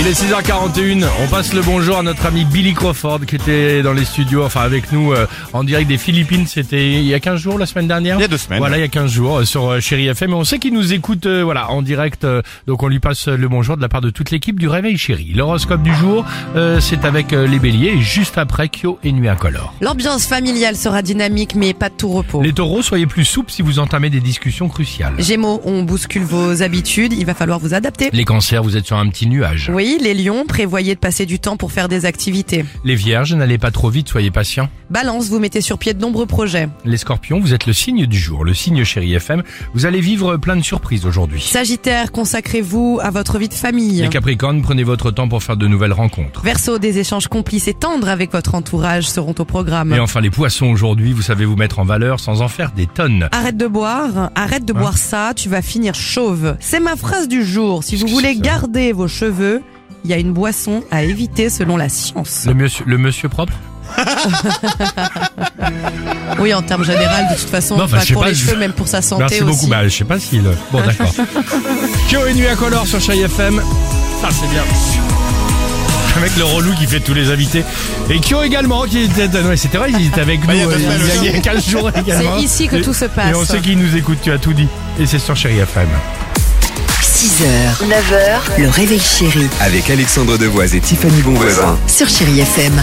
Il est 6h41, on passe le bonjour à notre ami Billy Crawford qui était dans les studios, enfin avec nous euh, en direct des Philippines, c'était il y a 15 jours la semaine dernière Il y a deux semaines. Voilà, il y a 15 jours euh, sur euh, Chéri FM et on sait qu'il nous écoute euh, voilà, en direct, euh, donc on lui passe le bonjour de la part de toute l'équipe du Réveil Chéri. L'horoscope du jour, euh, c'est avec euh, les béliers et juste après Kyo et Nuit Incolore. L'ambiance familiale sera dynamique mais pas de tout repos. Les taureaux, soyez plus souples si vous entamez des discussions cruciales. Gémeaux, on bouscule vos habitudes, il va falloir vous adapter. Les cancers, vous êtes sur un petit nuage. Oui, les lions, prévoyez de passer du temps pour faire des activités. Les vierges, n'allez pas trop vite, soyez patients. Balance, vous mettez sur pied de nombreux projets. Les scorpions, vous êtes le signe du jour, le signe chéri FM. Vous allez vivre plein de surprises aujourd'hui. Sagittaire, consacrez-vous à votre vie de famille. Les capricornes, prenez votre temps pour faire de nouvelles rencontres. Verseau, des échanges complices et tendres avec votre entourage seront au Et programme. enfin les poissons aujourd'hui, vous savez vous mettre en valeur sans en faire des tonnes. Arrête de boire, arrête de Hein boire ça, tu vas finir chauve. C'est ma phrase du jour. Si Qu'est-ce vous que voulez c'est ça garder vos cheveux, il y a une boisson à éviter selon la science. Le monsieur, le monsieur propre Oui, en termes général, de toute façon, Non, bah, pas je sais pour pas, les je- cheveux, même pour sa santé Merci aussi. beaucoup. Bah, je sais pas s'il. Bon, d'accord. Kyo et Nuit Incolore sur Chai FM. Ça, c'est bien. Avec le relou qui fait tous les invités. Et Kyo également, qui était, euh, ouais, c'était vrai, il était avec nous Ah, il y a deux euh, semaines il y a 15 jours également. C'est ici que Et- tout se passe. Et on sait qui nous écoute, tu as tout dit. Et c'est sur Chéri FM. 6h, 9h, le réveil chéri Avec Alexandre Devoise et Tiffany Bonvoisin. sur Chéri FM.